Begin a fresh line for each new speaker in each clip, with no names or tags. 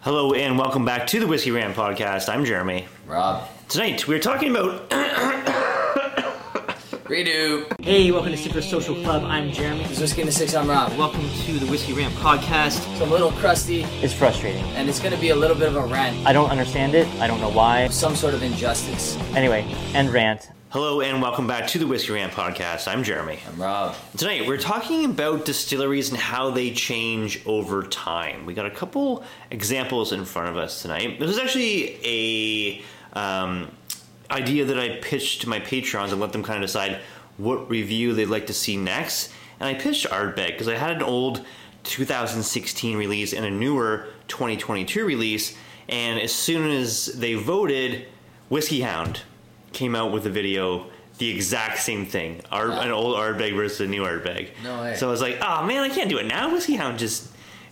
Hello and welcome back to the Whiskey Rant podcast. I'm Jeremy.
Rob.
Tonight we're talking about
Redo.
Hey, welcome to Super Social Club. I'm Jeremy.
It's Whiskey in the Six. I'm Rob.
Welcome to the Whiskey Rant podcast.
It's a little crusty,
It's frustrating.
and it's gonna be a little bit of a rant.
I don't understand it. I don't know why.
Some sort of injustice.
Anyway, end rant.
Hello and welcome back to the Whiskey Rant podcast. I'm Jeremy.
I'm Rob.
Tonight we're talking about distilleries and how they change over time. We got a couple examples in front of us tonight. This is actually a um, idea that I pitched to my patrons and let them kind of decide what review they'd like to see next. And I pitched Ardbeg because I had an old 2016 release and a newer 2022 release. And as soon as they voted, Whiskey Hound came out with a video, the exact same thing, Ar- an old Ardbeg versus a new Ardbeg.
No way.
So I was like, oh man, I can't do it now. Whiskey Hound just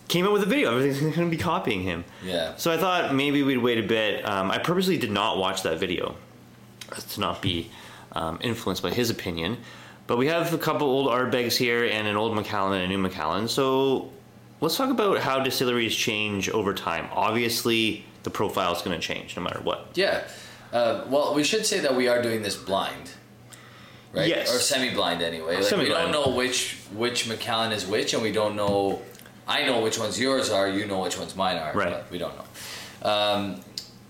came out with a video. Everything's going to be copying him.
Yeah.
So I thought maybe we'd wait a bit. Um, I purposely did not watch that video as to not be um, influenced by his opinion. But we have a couple old Ardbegs here and an old Macallan and a new Macallan. So let's talk about how distilleries change over time. Obviously, the profile is going to change no matter what.
Yeah. Uh, well, we should say that we are doing this blind, right?
Yes.
Or semi-blind anyway. Like,
Semi-blind.
We don't know which which McAllen is which, and we don't know. I know which ones yours are. You know which ones mine are.
Right.
But we don't know. Um,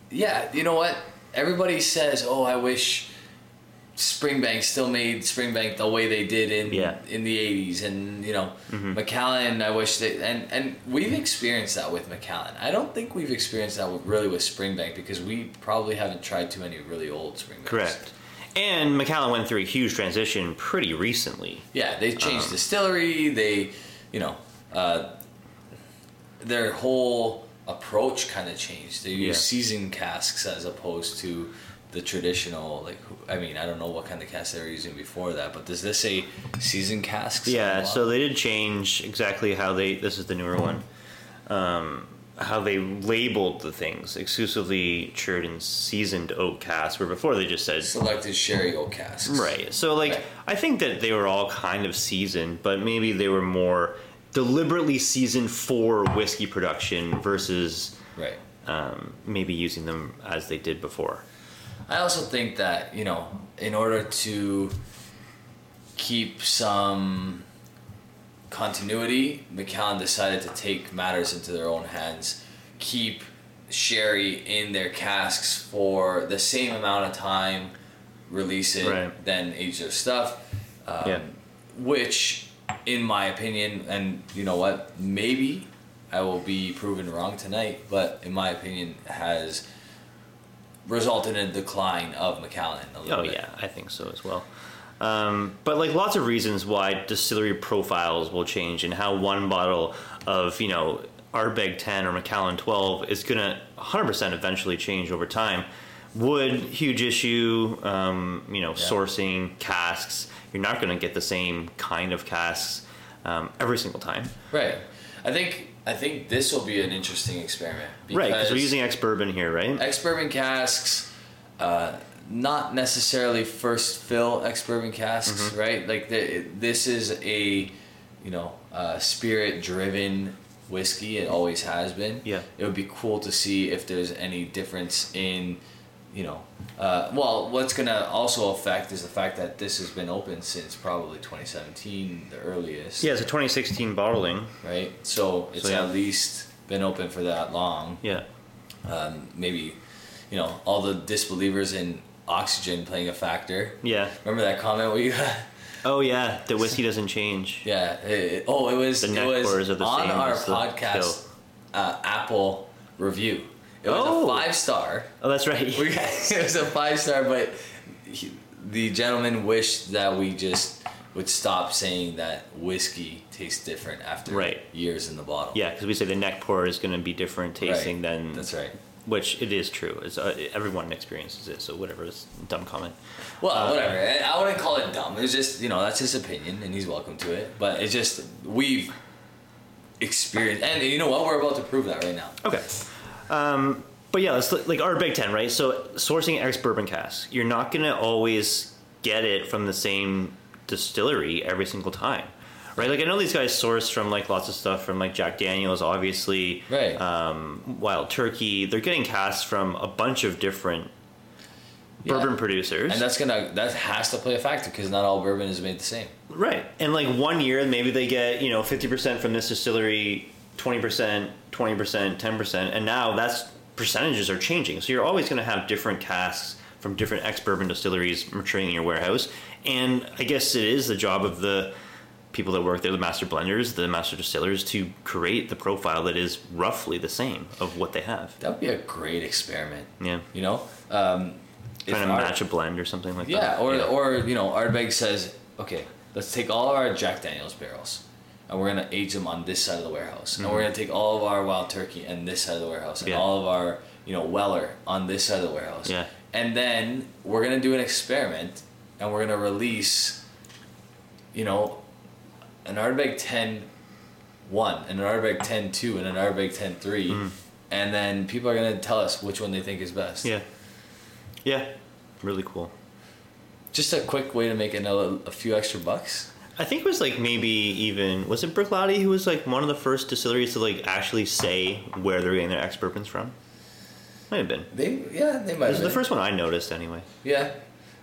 yeah. You know what? Everybody says, "Oh, I wish." Springbank still made Springbank the way they did in
Yeah. Mm-hmm.
in the '80s, and you know, McAllen. I wish they and and we've experienced that with McAllen. I don't think we've experienced that with, really with Springbank because we probably haven't tried too many really old Springbanks.
Correct. And Macallan went through a huge transition pretty recently.
Yeah, they
Uh-huh.
changed distillery. They, you know, uh, their whole approach kind of changed. They use
Yeah.
seasoned casks as opposed to the traditional. Like, who- I mean, I don't know what kind of casks they were using before that, but does this say seasoned casks? on the
Yeah, so
bottle?
they did change exactly how they. This is the newer one. Um, how they labeled the things exclusively cured in seasoned oak casks, where before they just said
selected sherry oak casks.
right. So like,
Right.
I think that they were all kind of seasoned, but maybe they were more deliberately seasoned for whiskey production versus
Right.
um, maybe using them as they did before.
I also think that you know, in order to keep some continuity, McAllen decided to take matters into their own hands, keep sherry in their casks for the same amount of time, release it,
Right.
then age their stuff. Um,
Yeah.
Which, in my opinion, and you know what, maybe I will be proven wrong tonight, but in my opinion, has resulted in a decline of McAllen a little
Oh
bit.
yeah, I think so as well. Um, but like lots of reasons why distillery profiles will change and how one bottle of you know Ardbeg 10 or Macallan 12 is gonna 100% eventually change over time. Wood huge issue, um, you know, sourcing casks. You're not gonna get the same kind of casks um, every single time,
Right. I think I think this will be an interesting experiment.
right? Because we're using ex bourbon here, right?
ex bourbon casks, uh, not necessarily first fill ex bourbon casks,
Mm-hmm.
right? Like the, this is a you know uh, spirit driven whiskey. It always has been.
Yeah.
It would be cool to see if there's any difference in you know. Uh, well, what's gonna also affect is the fact that this has been open since probably 2017, the earliest
yeah, so 2016 bottling.
right? So it's
yeah.
at least been open for that long.
Yeah,
Um, maybe, you know, all the disbelievers in oxygen playing a factor.
yeah.
Remember that comment we got?
Oh yeah, the whiskey doesn't change.
yeah. It, oh, it was
The
it
neck bars
was
are the
on
same
our
as the
podcast
fill.
uh, Apple review. It was
Oh.
a five star.
Oh, that's right.
We got, it was a five star, but he, the gentleman wished that we just would stop saying that whiskey tastes different after
Right.
years in the bottle.
Yeah, because we say the neck pour is going to be different
Right.
tasting than
that's right.
which it is true. It's, uh, everyone experiences it, so whatever. It's a dumb comment.
Well,
Uh,
whatever. I- I wouldn't call it dumb. It's just you know that's his opinion, and he's welcome to it. But it's just we've experienced, and you know what? We're about to prove that right now.
Okay, um, but yeah, let's look- like our Big Ten, right? So sourcing ex bourbon casks, you're not going to always get it from the same distillery every single time, right? Like I know these guys source from like lots of stuff from like Jack Daniels, obviously,
Right.
Um, Wild Turkey. They're getting casts from a bunch of different bourbon producers,
and that's gonna that has to play a factor because not all bourbon is made the same.
right? And like one year, maybe they get you know fifty percent from this distillery, twenty percent, twenty percent, ten percent, and now that's percentages are changing. So you're always going to have different casks from different ex bourbon distilleries maturing in your warehouse. And I guess it is the job of the people that work there, the master blenders, the master distillers, to create the profile that is roughly the same of what they have.
That would be a great experiment.
Yeah.
You know, um, if
Trying to
our-
match a blend or something like
Yeah,
that.
or or you know, Ardbeg says, okay, let's take all of our Jack Daniels barrels, and we're gonna age them on this side of the warehouse, and we're gonna take all of our Wild Turkey and this side of the warehouse, and
Mm-hmm. Yeah.
all of our you know Weller on this side of the warehouse.
Yeah.
And then we're gonna do an experiment, and we're gonna release, you know, an Ardbeg ten. One and an Ardbeg 10 2 and an Ardbeg 10 3,
Mm-hmm.
and then people are going to tell us which one they think is best.
yeah. Yeah. Really cool.
Just a quick way to make another, a few extra bucks.
I think it was like maybe even was it Bricklady who was like one of the first distilleries to like actually say where they're getting their ex bourbons from. Might have been. It
They yeah they might.
was
have
the
been.
first one I noticed anyway.
Yeah,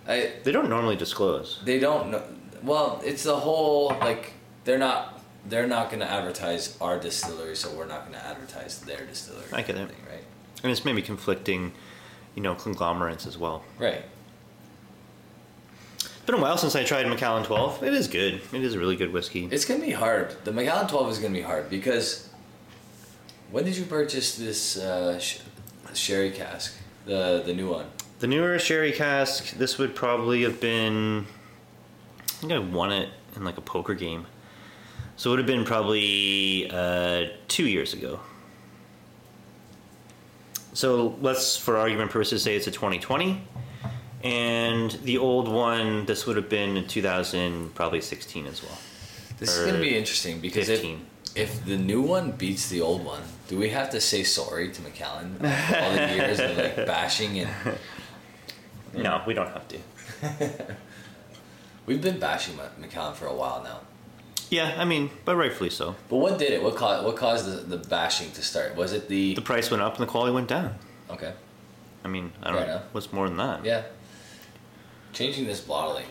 I
They don't normally disclose.
they don't know. Well, it's the whole like they're not they're not going to advertise our distillery, so we're not going to advertise their distillery.
I get it.
thing, Right.
And it's maybe conflicting, you know, conglomerates as well.
Right.
It's been a while since I tried Macallan 12. It is good. It is a really good whiskey.
It's going to be hard. The Macallan Twelve is going to be hard because when did you purchase this uh, sh- sherry cask? The the new one.
The newer sherry cask, this would probably have been. I think I won it in like a poker game. So it would have been probably uh, two years ago. So let's, for argument purposes, say it's a 2020. And the old one, this would have been in 2000, probably 16 as well.
This is going
Or
to be interesting because if,
15.
if the new one beats the old one, do we have to say sorry to McAllen after all the years of like bashing and
No, we don't have to.
we've been bashing Ma- McAllen for a while now.
Yeah, I mean, but rightfully so.
But what did it? What caused what caused the, the bashing to start? Was it the,
The price went up and the quality went down.
okay?
I mean, I
Fair
don't know.
enough.
What's more than that?
Yeah, changing this bottling.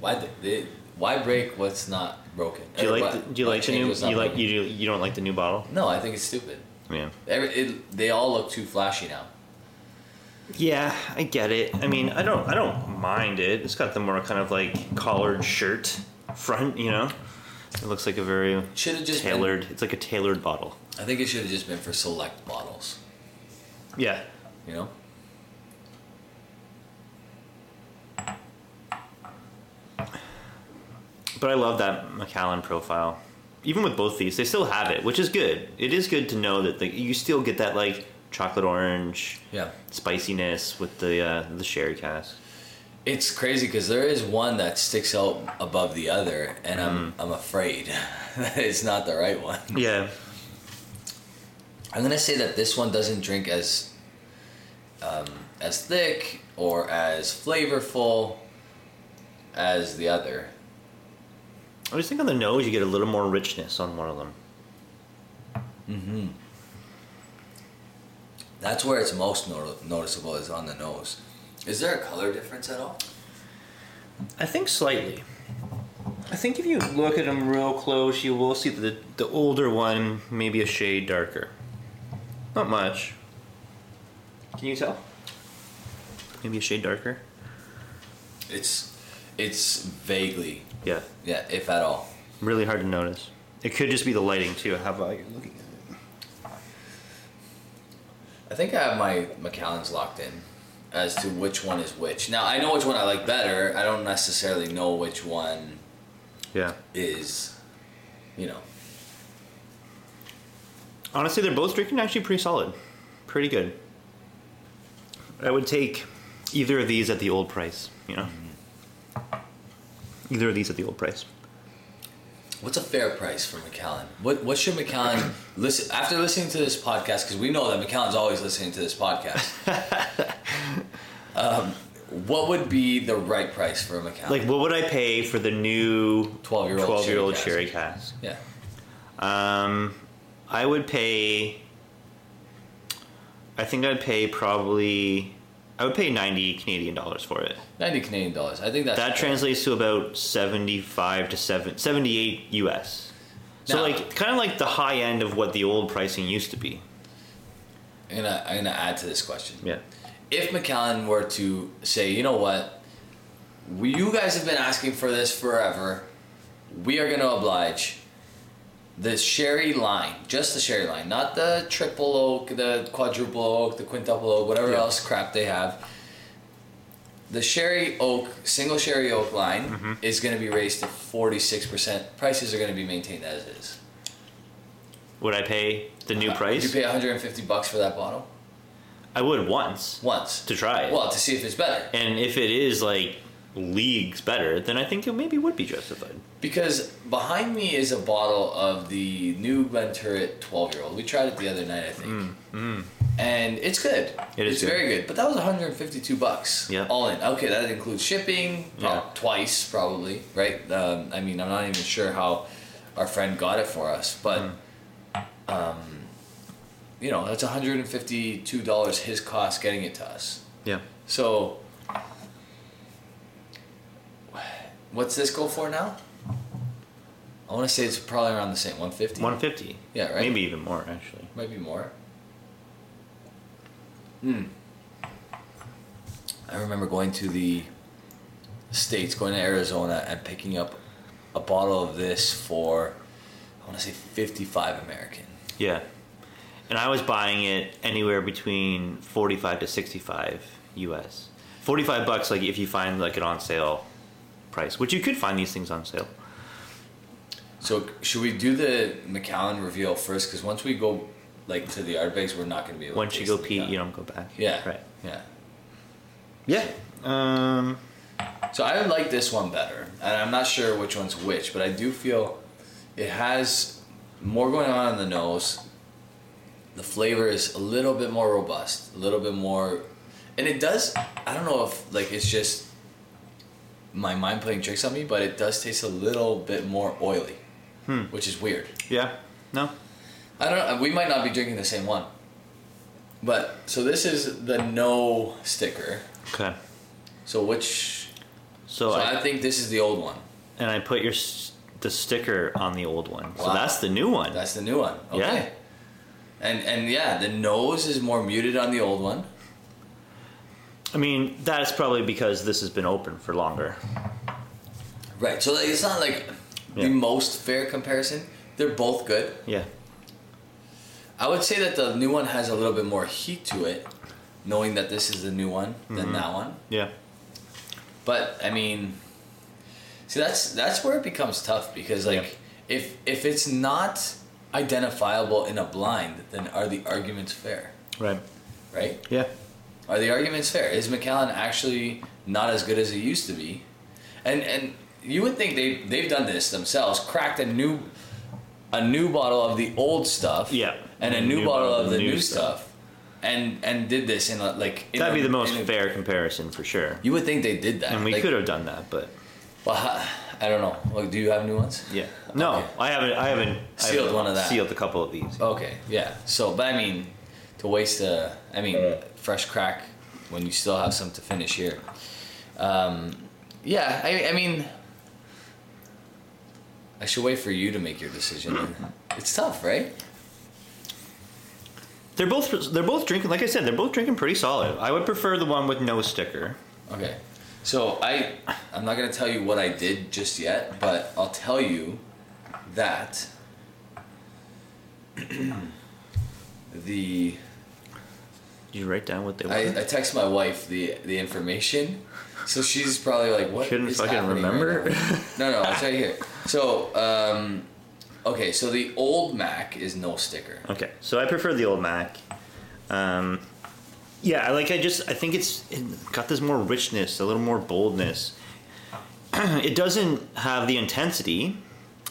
Why the, the, why break what's not broken?
Do you
Or
like?
why-
The, do you
why
like the
change
new?
what's not
You like
broken?
you? Do, you don't like the new bottle?
No, I think it's stupid.
Yeah.
Every, it, they all look too flashy now.
Yeah, I get it. I mean, I don't. I don't mind it. It's got the more kind of like collared shirt front. You know, it looks like a very
Should have just been-
tailored. It's like a tailored bottle.
I think it should have just been for select bottles.
Yeah.
You know.
But I love that Macallan profile. Even with both these, they still have it, which is good. It is good to know that like you still get that like chocolate orange
Yeah.
spiciness with the uh, the sherry cask.
It's crazy because there is one that sticks out above the other, and
Mm.
I'm I'm afraid that it's not the right one.
Yeah.
I'm gonna say that this one doesn't drink as um, as thick or as flavorful as the other.
I just think on the nose you get a little more richness on one of them.
That's where it's most no- noticeable is on the nose. Is there a color difference at all?
I think slightly. I think if you look at them real close, you will see that the, the older one maybe a shade darker. Not much. Can you tell? Maybe a shade darker.
It's it's vaguely
Yeah,
yeah, if at all.
really hard to notice. It could just be the lighting too. How about you looking at it?
I think I have my McAllen's locked in as to which one is which. Now I know which one I like better. I don't necessarily know which one
Yeah.
is, you know.
Honestly, they're both drinking actually pretty solid, pretty good. I would take either of these at the old price. You know, either of these at the old price.
What's a fair price for McAllen? What what should McAllen listen after listening to this podcast? Because we know that McAllen's always listening to this podcast. um, what would be the right price for a Macallan?
Like, what would I pay for the new
12-year-old
12-year-old
Cherry
Cherry Cask?
yeah,
Um, I would pay. I think I'd pay probably. I would pay ninety Canadian dollars for it.
ninety Canadian dollars. I think that's
That
fair.
translates to about seventy-five to seven, 78 US. So
Now-
like, kind of like the high end of what the old pricing used to be.
I'm gonna, I'm gonna add to this question.
Yeah.
If McAllen were to say, you know what, we, you guys have been asking for this forever, we are gonna oblige. The sherry line, just the sherry line, not the triple oak, the quadruple oak, the quintuple oak, whatever
Yeah.
else crap they have. The sherry oak, single sherry oak line
Mm-hmm.
is going to be raised to 46%. Prices are going to be maintained as is.
Would I pay the new
Uh,
price?
Would you pay 150 bucks for that bottle
I would once
once?
to try it.
Well, to see if it's better.
and if it is like leagues better, then I think it maybe would be justified.
Because behind me is a bottle of the new Glenturret 12 year old. We tried it the other night, I think. And it's good.
Mm, It is
it's
good.
very good. But that was 152 bucks
Yeah.
all in. Okay, that includes shipping prob-
Yeah.
twice probably, right? Um, I mean, I'm not even sure how our friend got it for us, but um,
Mm.
you know, that's 152 dollars his cost getting it to us.
Yeah.
So what's this go for now? I want to say it's probably around the same 150.
150.
Yeah, right.
Maybe even more actually.
might be more. Hmm. I remember going to the states, going to Arizona, and picking up a bottle of this for I want to say 55 American.
Yeah. And I was buying it anywhere between 45 to 65 US. 45 bucks like if you find like an on sale price, which you could find these things on sale.
So should we do the McAllen reveal first? Because once we go like to the art bags, we're not going to be able.
Once
to
you
taste
go
the
pee,
McAllen.
you don't go back.
Yeah.
Right.
Yeah.
Yeah. Um
So I like this one better, and I'm not sure which one's which, but I do feel it has more going on in the nose. The flavor is a little bit more robust, a little bit more, and it does. I don't know if like it's just my mind playing tricks on me, but it does taste a little bit more oily,
Hmm.
which is weird.
yeah. No.
I don't know. We might not be drinking the same one, but so this is the no sticker.
Okay.
So which?
So,
So
Oh, I,
I think this is the old one.
and I put your s- the sticker on the old one. So
Wow.
that's the new one.
That's the new one. Okay.
Yeah.
And and yeah, the nose is more muted on the old one.
I mean, that's probably because this has been open for longer.
Right. So like, it's not like
Yeah.
the most fair comparison. They're both good.
Yeah.
I would say that the new one has a little bit more heat to it, knowing that this is the new one
Mm-hmm.
than that one.
Yeah.
But I mean, see that's that's where it becomes tough because like if if it's not identifiable in a blind, then are the arguments fair?
Right.
Right.
Yeah.
Are the arguments fair? Is McAllen actually not as good as it used to be? And and you would think they they've done this themselves, cracked a new a new bottle of the old stuff,
Yeah.
and a new, bottle, of the new stuff, and and did this in a, like in
That'd
a-
be the most
in a-
fair comparison for sure.
You would think they did that,
And we
like,
could have done that, but
Well, I- I don't know. Like, do you have new ones?
yeah. No,
Okay.
I haven't. I haven't I
Sealed
haven't
one of that.
Sealed a couple of these.
Okay, yeah. Uh. So, but I mean, to waste a, I mean, fresh crack when you still have some to finish here. Um, yeah, I, I mean, I should wait for you to make your decision. It's tough, right?
They're both. They're both drinking. Like I said, they're both drinking pretty solid. I would prefer the one with no sticker.
Okay. So I, I'm not gonna tell you what I did just yet, but I'll tell you that the
Did you write down what they were?
I, I text my wife the the information, so she's probably like, "What?"
Couldn't
is
fucking
happening right
remember.
now?" no, no, it's right here. So, um, okay, so the old Mac is no sticker.
Okay, so I prefer the old Mac. Um, yeah, I like I just I think it's it got this more richness, a little more boldness. it doesn't have the intensity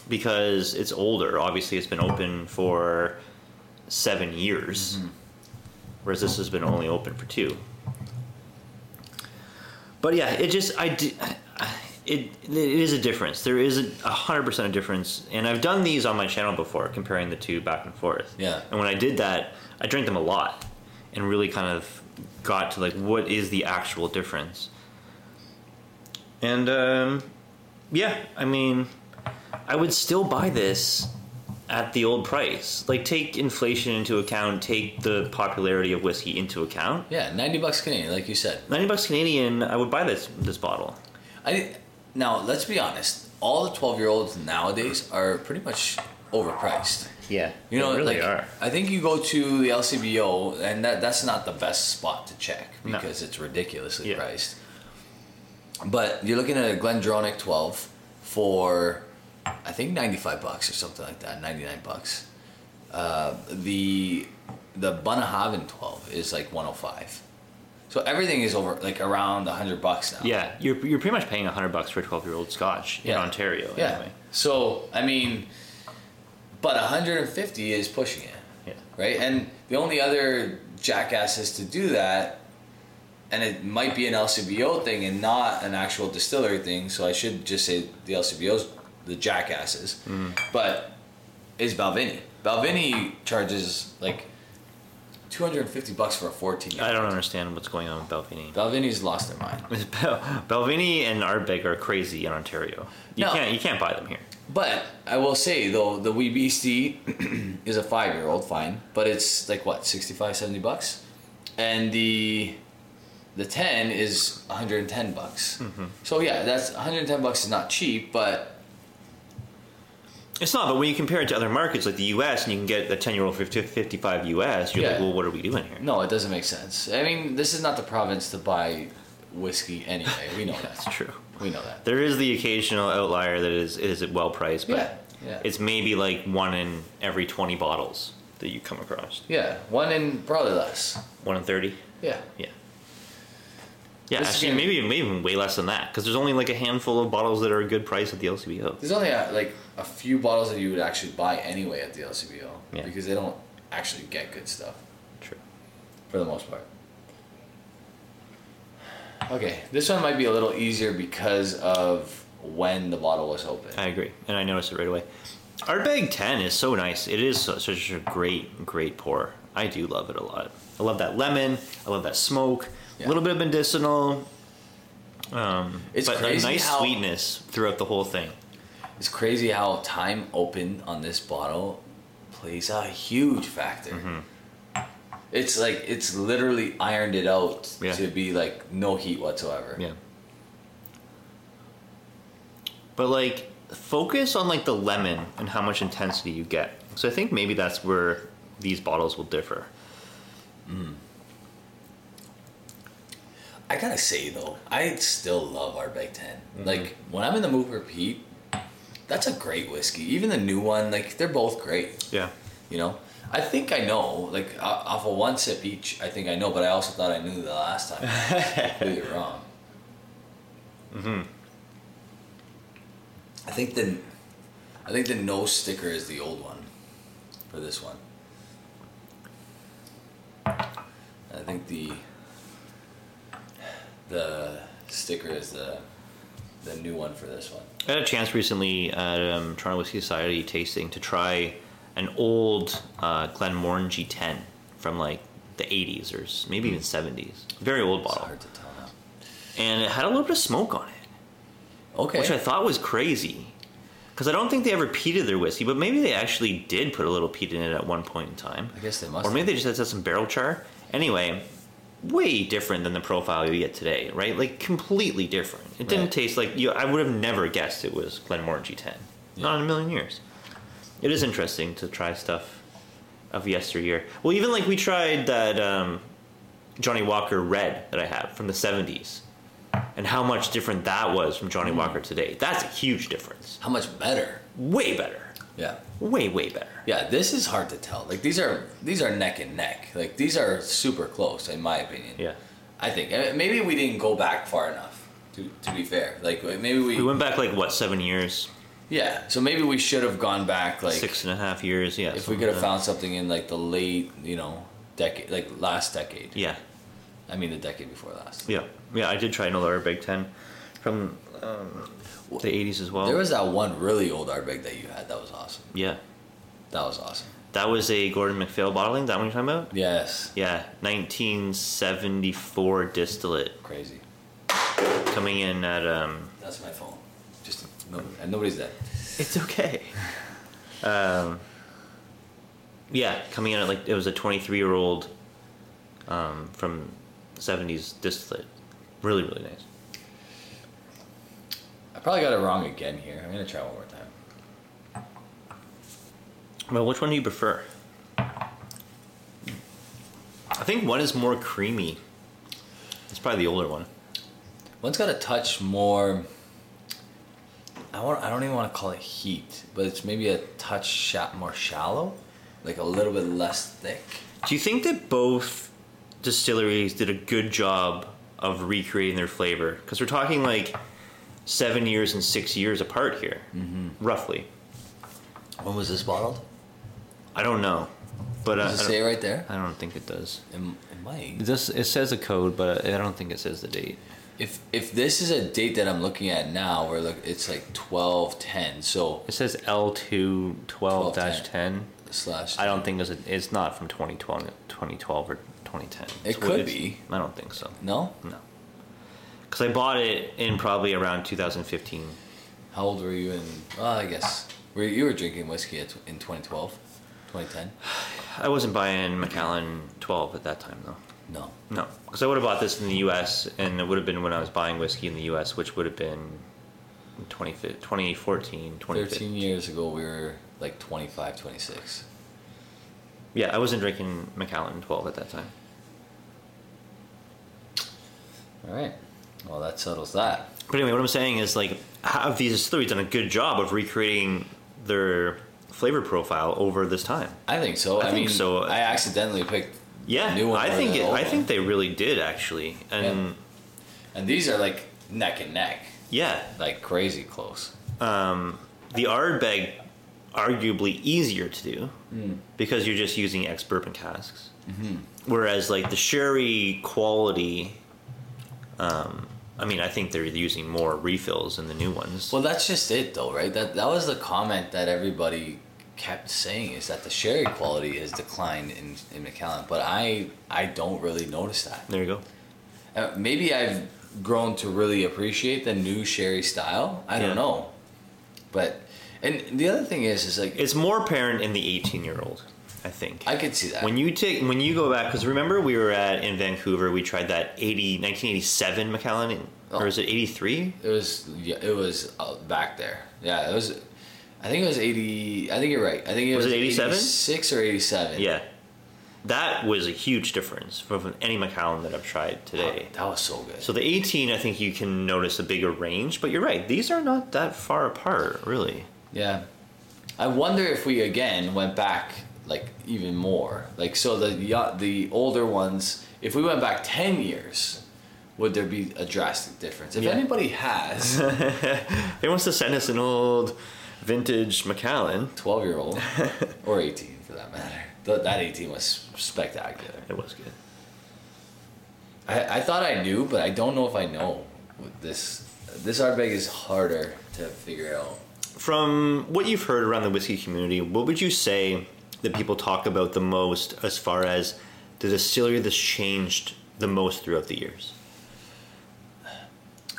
because it's older. Obviously, it's been open for seven years, whereas this has been only open for two. But yeah, it just I d- it it is a difference. There is a hundred percent a difference, and I've done these on my channel before, comparing the two back and forth.
Yeah.
And when I did that, I drank them a lot, and really kind of got to like what is the actual difference. And um, yeah, I mean, I would still buy this at the old price. Like take inflation into account, take the popularity of whiskey into account.
Yeah, ninety bucks Canadian, like you said.
90 bucks Canadian, I would buy this this bottle.
I now let's be honest. All the twelve year olds nowadays are pretty much overpriced.
Yeah.
You know, like, I think you go to the LCBO, and that that's not the best spot to check
No.
because it's ridiculously
Yeah.
priced. But you're looking at a Glendronic 12 for, I think, 95 bucks or something like that, 99 bucks. Uh, the the Bunahaven 12 is like 105. So everything is over like around 100 bucks now.
Yeah, you're, you're pretty much paying 100 bucks for a 12 year old scotch in
Yeah.
Ontario.
Yeah.
Anyway.
So I mean, but 150 is pushing it.
Yeah.
right? And the only other jackasses to do that, and it might be an LCBO thing and not an actual distillery thing, so I should just say the LCBO's the jackasses, but is Balvenie. Balvenie charges like 250 bucks for a 14
I
year
don't understand what's going on with Belvini.
Balvenie's lost their mind.
Bel- Belvini and Ardbeg are crazy in Ontario. You
No.
can't you can't buy them here.
But I will say though, the Wee Beastie is a five year old fine, but it's like what 65, 70 bucks, and the the ten is one hundred and ten bucks. So yeah, that's one hundred and ten bucks is not cheap, but
It's not, but when you compare it to other markets like the U.S. and you can get a 10 year old for 50 55 U.S., you're like,
Yeah.
well, what are we doing here?
no, it doesn't make sense. I mean, this is not the province to buy whiskey anyway. We know that.
That's true.
We know that.
There is the occasional outlier that is is well priced, but
Yeah, yeah.
it's maybe like one in every 20 bottles that you come across.
Yeah, one in probably less.
One in 30.
Yeah.
Yeah. Yeah,
This is
actually,
gonna-
maybe, maybe even way less than that because there's only like a handful of bottles that are a good price at the LCBO.
There's only uh like a few bottles that you would actually buy anyway at the LCBO
Yeah.
because they don't actually get good stuff.
True.
for the most part. Okay, this one might be a little easier because of when the bottle was opened.
I agree, and I noticed it right away. Our bag 10 is so nice. It is so, such a great, great pour. I do love it a lot. I love that lemon. I love that smoke.
Yeah.
A little bit of medicinal. Um,
It's
but
crazy
a nice
how-
sweetness throughout the whole thing.
It's crazy how time opened on this bottle plays a huge factor.
Mm-hmm.
It's like it's literally ironed it out
Yeah.
to be like no heat whatsoever.
Yeah. But like focus on like the lemon and how much intensity you get. So I think maybe that's where these bottles will differ.
I gotta say though, I still love our Big 10
Mm-hmm.
Like when I'm in the mood for Pete, that's a great whiskey. Even the new one, like they're both great.
Yeah.
You know, I think I know. Like o- off of one sip each, I think I know. But I also thought I knew the last time. Completely wrong. Mm-hmm.
Mm-hmm.
I think the, I think the nose sticker is the old one, for this one. I think the. The sticker is the, the new one for this one.
I had a chance recently at um, Toronto Whiskey Society tasting to try an old uh, Glenmorangie 10 from like the 80s or s- maybe even 70s. Very old
It's
bottle.
hard to tell now.
And it had a little bit of smoke on it.
Okay.
which I thought was crazy. Because I don't think they ever peated their whiskey, but maybe they actually did put a little peat in it at one point in time.
I guess they must
Or maybe they just had some barrel char. Anyway, way different than the profile you get today, right? Like completely different. It didn't
Right.
taste like you. I would have never guessed it was Glenmorangie Ten. Not in a million years. It is interesting to try stuff of yesteryear. Well, even like we tried that um, Johnny Walker Red that I have from the '70s, and how much different that was from Johnny Walker today. That's a huge difference.
How much better?
Way better.
Yeah.
Way way better.
Yeah, this is hard to tell. Like these are these are neck and neck. Like these are super close in my opinion.
Yeah.
I think Uh, maybe we didn't go back far enough. To, to be fair, like uh, maybe we,
We went back like what seven years,
yeah. So maybe we should have gone back like
six and a half years. Yeah.
if we
something
could have
like
found something in like the late you know decade like last decade.
that. Yeah.
I mean the decade before last.
Yeah, yeah, I did try another Big Ten from um, the '80s as well.
There was that one really old Ardbeg that you had. That was awesome.
yeah,
That was awesome.
that was a Gordon MacPhail bottling. Is that one you're talking about?
Yes.
Yeah, 1974 distillate
Crazy.
coming in at um.
That's my phone. Just no, and nobody's there.
It's okay. Um, yeah, coming in at like it was a 23 year old um, from 70s distillate. Really, really nice.
I probably got it wrong again here. I'm gonna try one more time.
Well, which one do you prefer? I think one is more creamy. It's probably the older one.
One's got a touch more. I want. I don't even want to call it heat, but it's maybe a touch sha- more shallow, like a little bit less thick.
Do you think that both distilleries did a good job of recreating their flavor? Because we're talking like seven years and six years apart here, roughly.
When was this bottled?
I don't know, but uh,
Does it
I,
say
don't,
right there?
I don't think it does.
It, it might.
This it says a code, but I don't think it says the date.
If if this is a date that I'm looking at now, where look, it's like twelve ten. So
It says L two twelve dash
12-10.
ten.
slash.
I don't think it's, it's not from 2012, 2012 or 2010.
It
It's-
could
it's-
be.
I don't think so.
No.
No. Because I bought it in probably around 2015.
How old were you in? Well, I guess were you, you were drinking whiskey at, in 2012, 2010?
I wasn't buying Macallan 12 at that time, though.
No.
No. Because I would have bought this in the US, and it would have been when I was buying whiskey in the US, which would have been 20, 2014, 2015.
13 years ago, we were like 25, 26.
Yeah, I wasn't drinking Macallan 12 at that time.
All right. Well, that settles that.
But anyway, what I'm saying is like have these distilleries done a good job of recreating their flavor profile over this time?
I think so.
I
I,
think
mean,
so.
I accidentally picked.
Yeah,
the new one
I
over
think
the
it,
old
I think
one.
they really did actually, and
And these are like neck and neck,
yeah,
like crazy close.
um, the Ardbeg arguably easier to do
Hmm.
because you're just using ex bourbon casks,
Mm-hmm.
whereas like the sherry quality. Um, I mean, I think they're using more refills in the new ones.
Well, that's just it, though, right? That that was the comment that everybody kept saying is that the sherry quality has declined in in McAllen, but I I don't really notice that.
there you go.
Uh, maybe I've grown to really appreciate the new sherry style. I
Yeah.
don't know, but and the other thing is, is like
It's more apparent in the 18 year old, I think.
I could see that.
When you take when you go back, because remember we were at in Vancouver, we tried that 80, 1987 Macallan,
Oh.
or is it eighty three?
It was yeah, it was uh, back there. Yeah, it was. I think it was eighty. I think you're right. I think it
Was
was,
it 87?
six or eighty-seven.
Yeah, that was a huge difference from any Macallan that I've tried today.
that was so good.
So the eighteen, I think you can notice a bigger range, but you're right; these are not that far apart, really.
Yeah, I wonder if we again went back like even more. Like so, the yo- the older ones. If we went back ten years, would there be a drastic difference? If
Yeah.
anybody has
They wants to send us an old vintage Macallan.
twelve year old or eighteen for that matter, th- that eighteen was spectacular.
It was good.
I, I thought I knew, but I don't know if I know. With This this Ardbeg is harder to figure out.
From what you've heard around the whiskey community, what would you say that people talk about the most as far as the distillery that's changed the most throughout the years?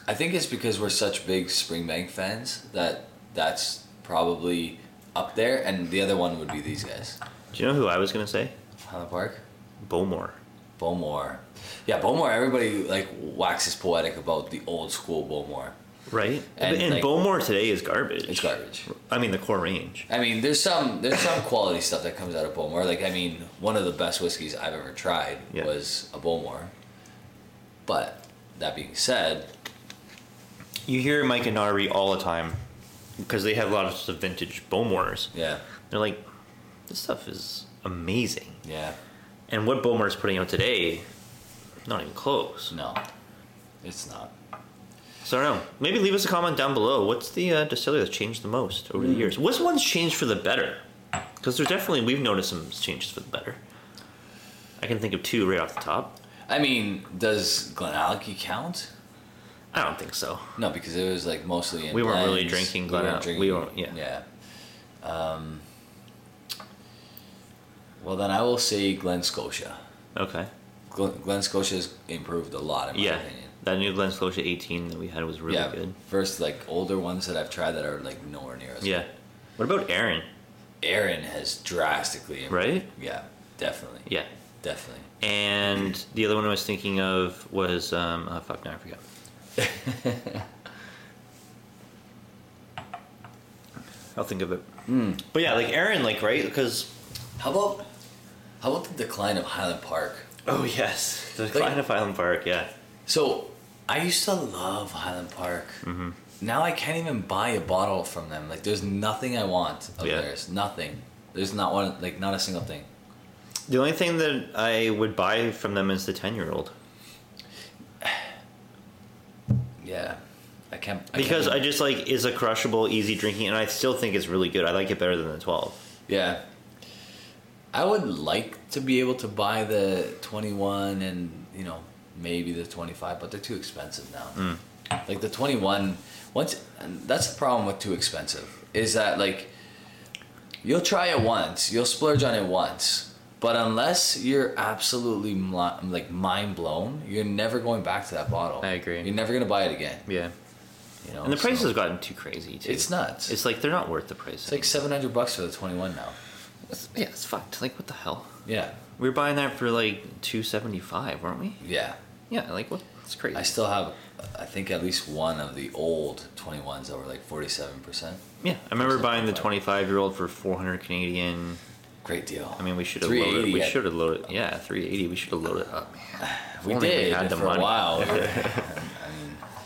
I think it's because we're such big Springbank fans that that's probably up there, and the other one would be these guys,
Do you know who I was going to say?
Highland Park,
Bowmore.
Bowmore. Yeah, Bowmore. Everybody like waxes poetic about the old school Bowmore.
Right? And,
And,
and
like-
Bowmore today is garbage.
It's garbage.
I mean, the core range.
I mean, there's some there's some quality stuff that comes out of Bowmore. Like, I mean, one of the best whiskeys I've ever tried
Yeah.
was a Bowmore. But that being said,
You hear Mike and Nari all the time because they have lots of vintage Bowmores.
yeah,
They're like, this stuff is amazing.
yeah,
And what Bowmore is putting out today, not even close.
no, it's not.
So I don't know. Maybe leave us a comment down below. What's the uh, distillery that's changed the most over the years? What's one's changed for the better? Because there's definitely we've noticed some changes for the better. I can think of two right off the top.
I mean, does Glenallachie count?
I don't think so.
No, because it was like mostly. In
We weren't really
blends.
drinking
weren't
Glenal-
drinking-
we weren't- yeah.
Yeah. Um, well, then I will say Glen Scotia.
Okay.
Glen, Glen Scotia has improved a lot in my
yeah.
opinion.
That new Glen Scotia 18 that we had was really
yeah.
good.
First, like older ones that I've tried that are like nowhere near as
Yeah. What about Aaron?
Aaron has drastically improved.
Right?
Yeah, definitely.
Yeah.
Definitely.
And the other one I was thinking of was um, oh, fuck. Now I forgot. I'll think of it. But yeah, like Aaron, like right because
How about how about the decline of Highland Park?
oh yes, the decline of Highland Park. Yeah,
So I used to love Highland Park. Mm-hmm. Now I can't even buy a bottle from them. Like there's nothing I want of
Yeah.
theirs. Nothing. There's not one. Like not a single thing.
the only thing that I would buy from them is the ten year old
Yeah, I can't. I can't
because I
even-
just like is a crushable, easy drinking, and I still think it's really good. I like it better than the twelve.
Yeah. I would like to be able to buy the 21 and, you know, maybe the 25, but they're too expensive now.
Hmm.
Like the 21, once and that's the problem with too expensive is that like you'll try it once, you'll splurge on it once, but unless you're absolutely mi- like mind blown, you're never going back to that bottle.
I agree.
You're never going to buy it again,
Yeah,
you know.
and the price
so-
has gotten too crazy too.
it's nuts. It's,
It's like they're not worth the price.
like 700 bucks for the 21 now.
anymore. yeah, it's fucked. Like what the hell?
Yeah.
We were buying that for like two seventy five, weren't we?
Yeah.
Yeah, like what? It's crazy.
I still have, I think, at least one of the old 21s that were like 47%.
Yeah, I remember buying the
25.
25 year old for 400 Canadian.
Great deal.
I mean, we should have loaded.
380
We
at-
should have loaded. Yeah, 380. We should have loaded up. Man. If
we
only
did for a while.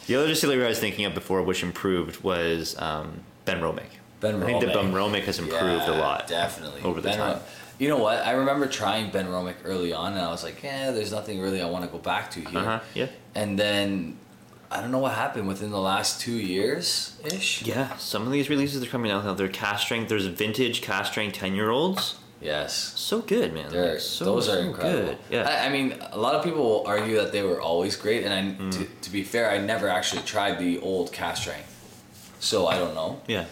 The other distillery I was thinking of before, which improved, was um, Ben Romick.
Ben
I think the
Romick.
Ben Romick has improved a
Yeah,
lot.
Definitely.
over the
Ben
time.
Ro- you know what? I remember trying Ben Romick early on, and I was like, "Yeah, there's nothing really I want to go back to here."
Uh huh. Yeah.
And then I don't know what happened within the last two years ish.
Yeah. Some of these releases are coming out now. They're cast strength. There's vintage cast strength 10 year olds.
Yes.
So good, man.
They're-
Like, so,
those are
so
incredible.
Good. Yeah.
I, I mean, a lot of people will argue that they were always great, and I, to,
Hmm.
to be fair, I never actually tried the old cast strength, so I don't know.
yeah.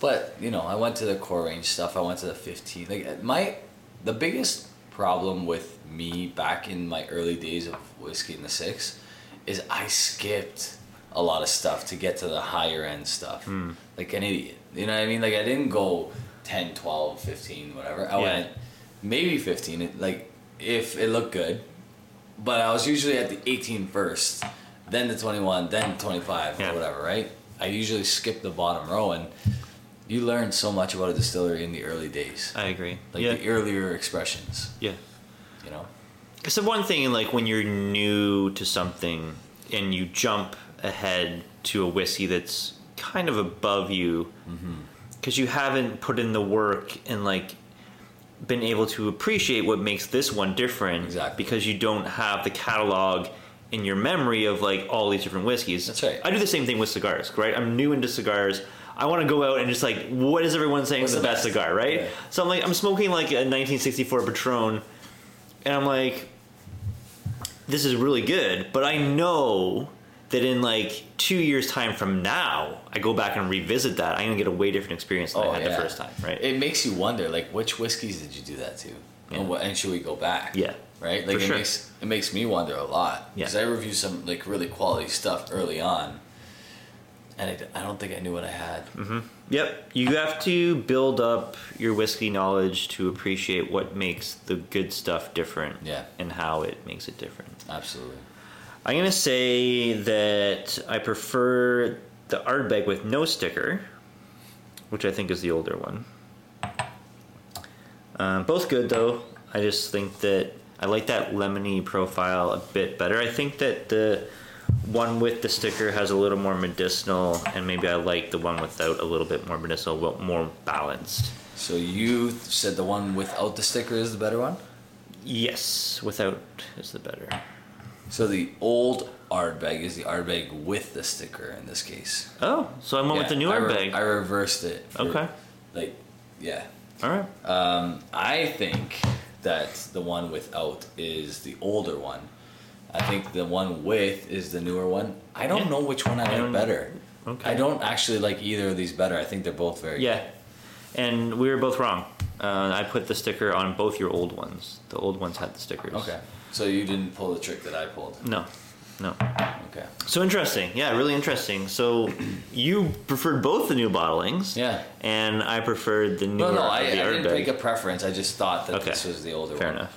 But you know, I went to the core range stuff. I went to the 15. Like uh, my, the biggest problem with me back in my early days of whiskey in the six, is I skipped a lot of stuff to get to the higher end stuff.
Hmm.
Like an idiot. You know what I mean? Like I didn't go 10, 12, 15, whatever. I
Yeah.
went maybe 15. it- Like if it looked good, but I was usually at the 18 first, then the 21, then 25
Yeah.
or whatever, right? I usually skip the bottom row and you learn so much about a distillery in the early days.
I agree.
Like
yeah.
the earlier expressions,
yeah.
you know?
It's the one thing, like when you're new to something and you jump ahead to a whiskey that's kind of above you,
Mm-hmm.
because you haven't put in the work and like been able to appreciate what makes this one different,
Exactly.
because you don't have the catalog in your memory of like all these different whiskeys.
That's right.
I do the same thing with cigars, right? I'm new into cigars. I want to go out and just like, what is everyone saying is
What's
the
the
best
best?
cigar, right?
Yeah.
So I'm like, I'm smoking like a 1964 Patron, and I'm like, this is really good, but I know that in like two years' time from now, I go back and revisit that, I'm gonna get a way different experience than I had Oh, the
Oh, yeah.
first time, right?
It makes you wonder, like, which whiskeys did you do that to?
Yeah.
And, what, and should we go back?
Yeah.
Right? Like,
For
it,
sure.
makes, it makes me wonder a lot. Because
Yeah.
I review some, like, really quality stuff early on. And I, d- I don't think I knew what I had.
Mm-hmm. yep, you have to build up your whiskey knowledge to appreciate what makes the good stuff different,
Yeah.
and how it makes it different.
Absolutely.
I'm gonna say that I prefer the Ardbeg with no sticker, which I think is the older one. Um, both good though. I just think that I like that lemony profile a bit better. I think that the one with the sticker has a little more medicinal, and maybe I like the one without a little bit more medicinal, well, more balanced.
So you said the one without the sticker is the better one?
Yes, without is the better.
So the old Ardbeg is the Ardbeg with the sticker in this case.
Oh, so I went with
Yeah,
the new
I re-
Ardbeg.
I reversed it. for-
Okay.
Like, yeah.
All right.
I think that the one without is the older one I think the one with is the newer one. I don't
Yeah.
know which one I
I
like
don't-
better.
Okay.
I don't actually like either of these better. I think they're both very.
Yeah, and we were both wrong. Uh, I put the sticker on both your old ones. The old ones had the stickers.
Okay. So you didn't pull the trick that I pulled.
No, no.
Okay.
So interesting. Yeah, really interesting. So you preferred both the new bottlings.
Yeah.
And I preferred the newer.
No, no,
or
I, I
the
didn't
Ardbeg.
pick a preference. I just thought that
Okay.
this was the older
Fair
one.
enough.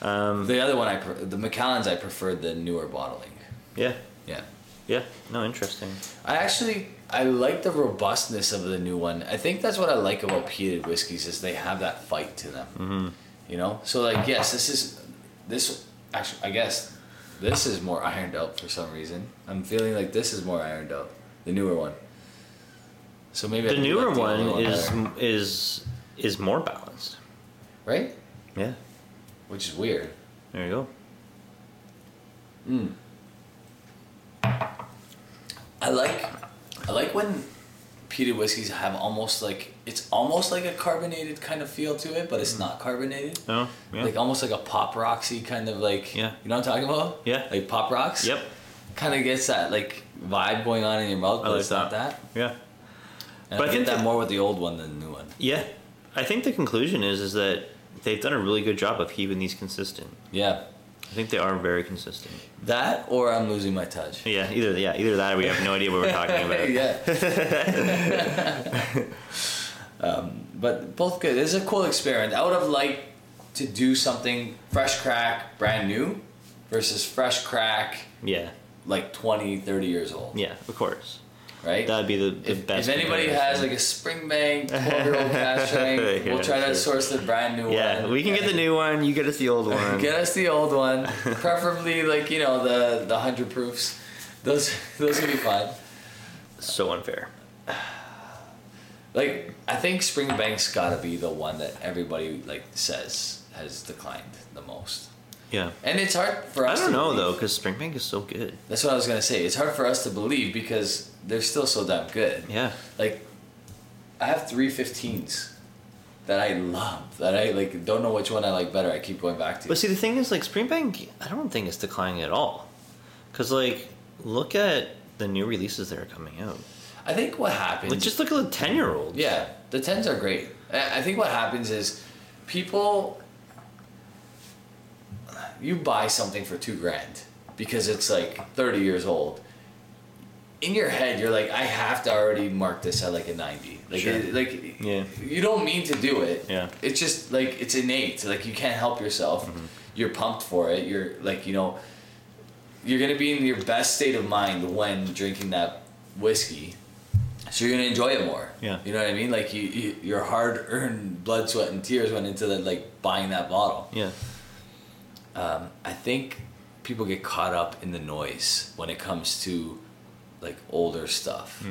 The other one, I pre- the Macallan's, I preferred the newer bottling.
Yeah.
Yeah.
Yeah. No, interesting.
I actually I like the robustness of the new one. I think that's what I like about peated whiskeys is they have that fight to them.
Mm-hmm.
You know, so like yes, this is this actually I guess this is more ironed out for some reason. I'm feeling like this is more ironed out, the newer one. So maybe I
The
do
newer
like
one
older
is
better.
is is more balanced.
right,
Yeah.
which is weird.
There you go.
I like I like when peated whiskeys have almost like it's almost like a carbonated kind of feel to it, but it's
Mm-hmm.
not carbonated.
Oh, yeah.
Like almost like a pop roxy kind of like
Yeah.
you know what I'm talking about?
Yeah.
Like pop rocks.
Yep.
Kind of gets that like vibe going on in your mouth,
I
but
like
it's not
that.
that.
Yeah.
And
But
I,
I
get
think
that
that-
more with the old one than the new one.
Yeah. I think the conclusion is is that they've done a really good job of keeping these consistent.
Yeah.
I think they are very consistent.
That or I'm losing my touch.
Yeah, either yeah, either that or we have no idea what we're talking about.
yeah. um, but both good. This is a cool experiment. I would have liked to do something fresh crack, brand new, versus fresh crack,
Yeah.
like 20, 30 years old.
Yeah, of course.
Right?
That'd be the, the
if,
best.
if anybody
comparison.
has like a Springbank 12 year old cash tank,
Yeah,
we'll try to
that's
source the brand new one.
yeah, we can get the new one. You get us the old one.
Get us the old one, preferably like you know the the hundred proofs. Those those would be fun.
so unfair.
Like I think Springbank's got to be the one that everybody like says has declined the most,
Yeah.
and it's hard for
I
us.
don't
to
know
believe.
though, because Springbank is so good.
That's what I was gonna say. It's hard for us to believe because they're still so damn good.
Yeah.
Like, I have three 15s that I love that I like. Don't know which one I like better. I keep going back to.
But see, the thing is, like Springbank, I don't think it's declining at all. Because like, look at the new releases that are coming out.
I think what happens.
Like, just look at the ten-year-old.
Yeah, the tens are great. I I think what happens is people you buy something for two grand because it's like thirty years old. In your head, you're like, I have to already mark this at like a ninety. Like,
Sure.
it, like
Yeah.
you don't mean to do it.
Yeah. Mm-hmm.
it's just like it's innate. Like you can't help yourself. You're pumped for it. You're like you know, you're gonna be in your best state of mind when drinking that whiskey. So you're gonna enjoy it more.
Yeah.
You know what I mean? Like you, you your hard earned blood, sweat, and tears went into that like buying that bottle.
Yeah.
I think people get caught up in the noise when it comes to like older stuff,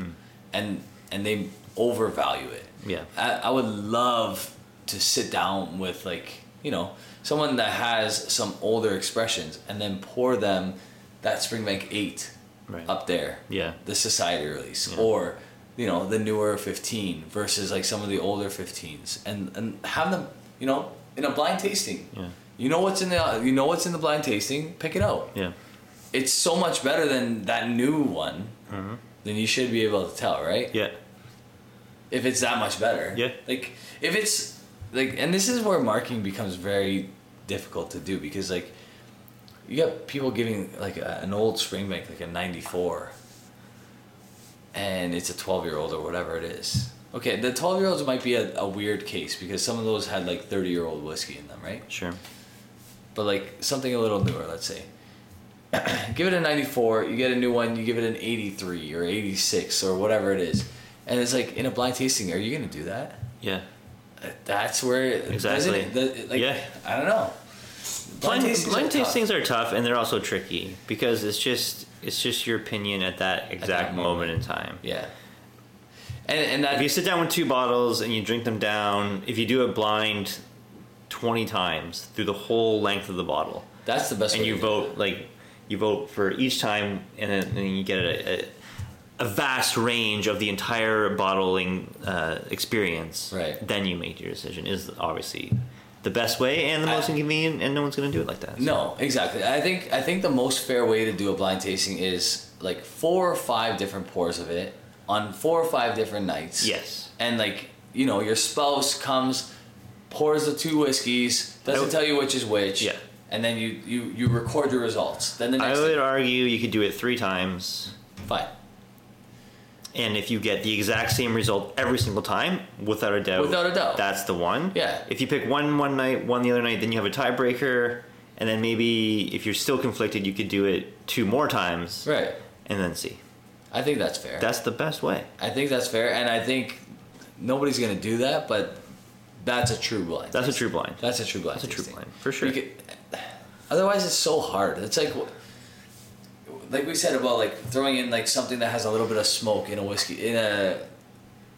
and and they overvalue it.
Yeah.
I, I would love to sit down with like you know someone that has some older expressions and then pour them that Springbank eight
Right.
up there.
Yeah.
The society release or you know the newer 15 versus like some of the older 15s and and have them you know in a blind tasting.
Yeah.
You know what's in the you know what's in the blind tasting, pick it out.
Yeah.
It's so much better than that new one.
Mm-hmm.
Then you should be able to tell, right?
Yeah.
If it's that much better.
Yeah.
Like if it's like and this is where marking becomes very difficult to do because like you got people giving like a, an old Springbank like a 94 and it's a 12 year old or whatever it is. Okay, the 12 year olds might be a, a weird case because some of those had like 30 year old whiskey in them, right?
Sure.
but like something a little newer, let's say. give it a 94, you get a new one, you give it an 83 or 86 or whatever it is. And it's like in a blind tasting, are you going to do that? Uh,
Yeah.
That's where it-
Exactly.
doesn't it- the- like,
Yeah.
I don't know.
Blind,
tastings
blind
are tough.
tastings are tough, and they're also tricky because it's just it's just your opinion at that exact moment.
moment.
in time.
Yeah. And and that
If you sit down with two bottles and you drink them down, if you do it blind twenty times through the whole length of the bottle,
that's the best.
and
way
you
to do it.
vote like you vote for each time, and then and you get a, a, a vast range of the entire bottling uh, experience.
Right.
Then you make your decision. Is obviously the best way and the
I-
most inconvenient, and no one's going to do it like that.
No, exactly. I think I think the most fair way to do a blind tasting is like four or five different pours of it on four or five different nights.
Yes.
And like you know, your spouse comes, pours the two whiskeys, doesn't
I-
tell you which is which.
Yeah.
And then you you you record your results. Then the
I
next
would
day,
argue you could do it three times,
fine.
and if you get the exact same result every single time, without a doubt,
Without a doubt.
that's the one.
Yeah.
If you pick one one night, one the other night, then you have a tiebreaker, and then maybe if you're still conflicted, you could do it two more times,
Right.
and then see.
I think that's fair.
That's the best way.
I think that's fair, and I think nobody's gonna do that, but that's a true blind.
That's a
tasting.
true blind.
That's a true blind.
That's a true
tasting.
blind, for sure.
You could- otherwise, it's so hard. It's like, like we said about like throwing in like something that has a little bit of smoke in a whiskey in a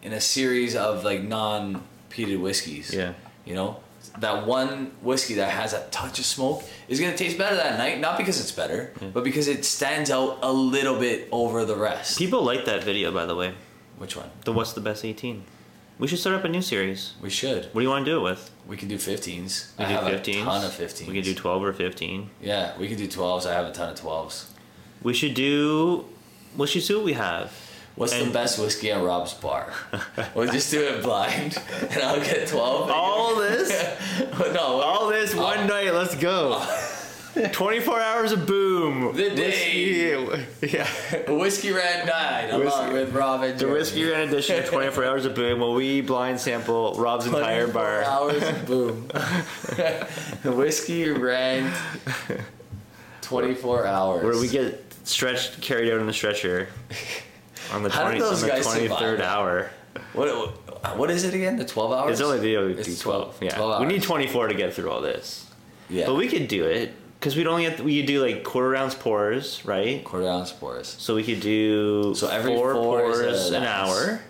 in a series of like non peated whiskeys.
Yeah.
You know, that one whiskey that has a touch of smoke is gonna taste better that night, not because it's better, but because it stands out a little bit over the rest.
People like that video, by the way.
Which one?
The What's the Best 18. We should start up a new series.
We should.
What do you want to do it with?
We can do 15s.
We
I
could
have
do
a
15s.
ton of 15s.
We could do 12 or 15.
Yeah, we could do 12s. I have a ton of 12s.
We should do. We should see what we have.
What's the
And-
best whiskey at Rob's bar? we'll just do it blind, and I'll get 12.
All this?
no,
All this one
I'll-
night, let's go. 24 hours of boom.
The day.
Whiskey. Yeah.
Whiskey Red 9, along
Whiskey-
with Rob and
The
Jeremy.
Whiskey Ran edition of 24 hours of boom where we blind sample Rob's entire
24
bar.
Hours of boom. whiskey Red 24 hours.
Where we get stretched, carried out on the stretcher on the,
How did
20, on
those
the
guys survive
23rd
that?
hour.
what, what is it again? The 12 hours?
It's only video we
It's
do 12. Yeah.
12
We need
hours.
24 to get through all this.
Yeah.
But we could do it because we'd only have to, we could do like quarter rounds pours, right?
Quarter ounce pours.
So we could do
So every
four
four is
pours
an
an
ounce.
hour,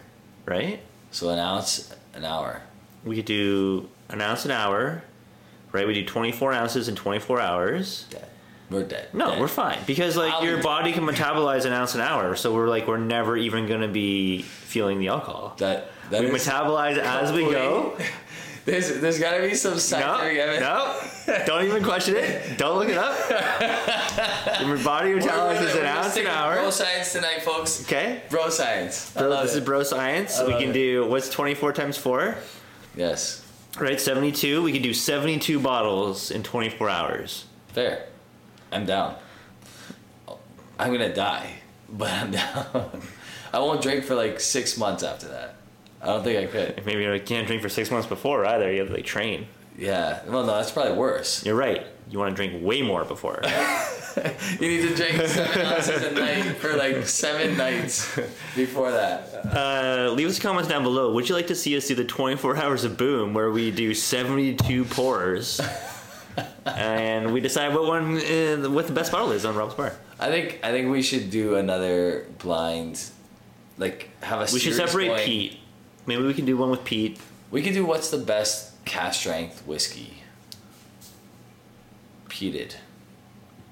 right?
So an ounce, an hour.
We could do an ounce an hour, right? We do 24 ounces in 24 hours.
Dead. We're dead.
No,
Dead.
we're fine because like
I'll-
your body can metabolize an ounce an hour, so we're like we're never even gonna be feeling the alcohol.
That that
We
is-
metabolize as we go.
There's there's got to be some scientific
No,
evidence.
no, don't even question it. Don't look it up. Your body
We're really-
metabolizes
we're
an ounce an
sticking with
hour.
Bro science tonight, folks.
Okay,
Bro science. I
bro,
love
this is
it.
bro science.
I
we
love
can
it.
do what's twenty four times four,
Yes.
right? Seventy two. We can do seventy two bottles in twenty four hours.
Fair. I'm down. I'm gonna die, but I'm down. I won't drink for like six months after that. I don't think I could.
Maybe you can't drink for six months before either. You have to like train.
Yeah. Well, no, that's probably worse.
You're right. You want to drink way more before.
You need to drink seven ounces a night for like seven nights before that.
uh, leave us comments down below. Would you like to see us do the 24 hours of boom where we do 72 pours and we decide what one, uh, what the best bottle is on Rob's bar?
I think I think we should do another blind, like have a.
We should
series
separate
going.
Pete. Maybe we can do one with Pete.
We could do what's the best cast strength whiskey. Peated.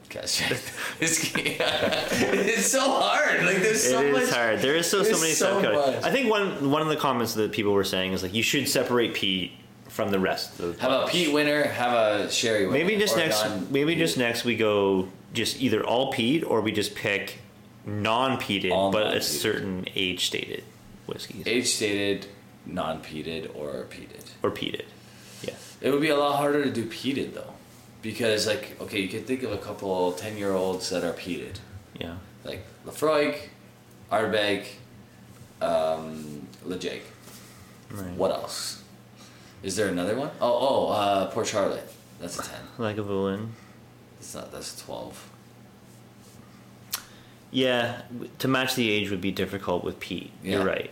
Cast strength whiskey. it's so hard. Like there's so
it is
much.
hard. There is so so
there's
many
so
subcategories.
much.
I think one one of the comments that people were saying is like you should separate Pete from the rest. Of the
Have a Pete winner. Have a Sherry winner.
Maybe just
or
next.
non-
Maybe just next we go just either all peat or we just pick non-peated
All
but a
non-peated.
certain age stated whiskeys
age stated, non peated, or peated.
or peated. Yeah,
It would be a lot harder to do peated though, because like okay, you can think of a couple ten year olds that are peated.
yeah.
like Lefroy, Ardbeg, um, Lejake.
Right.
What else? Is there another one? Oh, oh, uh, Port Charlotte. That's a ten.
Lagavulin.
That's not. That's a twelve.
Yeah, w- to match the age would be difficult with peat. You're
Yeah.
right.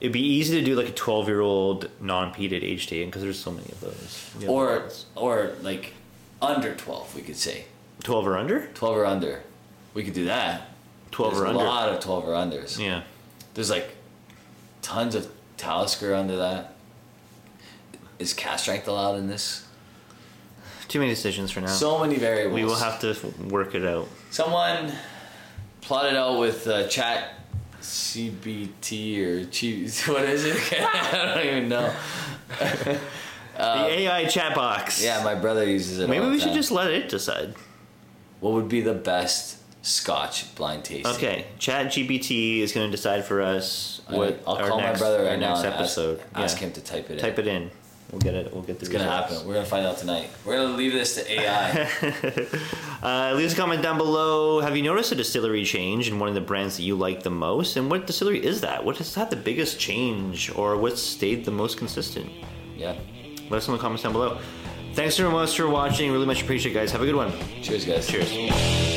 It'd be easy to do like a 12 year old non-peated age stated because there's so many of those. We have
Or
lots.
or like under twelve, we could say
12 or under.
twelve or under. We could do that.
12
There's
or under.
A lot of twelve or unders.
Yeah.
There's like tons of Talisker under that. Is cast strength allowed in this?
Too many decisions for now.
So many variables.
we will have to f- work it out.
Someone plotted out with uh, chat CBT or cheese. What is it? I don't even know.
the AI chat box.
Uh, Yeah, my brother uses it.
Maybe
all the
we should
time.
just let it decide.
What would be the best Scotch blind tasting?
Okay, Chat GBT is going to decide for us
I-
what
I'll
our
call
next,
my brother
our
right now
next
and ask-
episode.
Ask,
Yeah.
him to type it
Type
in.
it in. We'll get it. We'll get the
It's gonna
results.
happen. We're gonna find out tonight. We're gonna leave this to AI.
Uh, leave us a comment down below. Have you noticed a distillery change in one of the brands that you like the most? And what distillery is that? What has had the biggest change, or what's stayed the most consistent?
yeah.
Let us know in the comments down below. Thanks so much for watching. Really much appreciate it, guys. Have a good one.
Cheers, guys.
Cheers.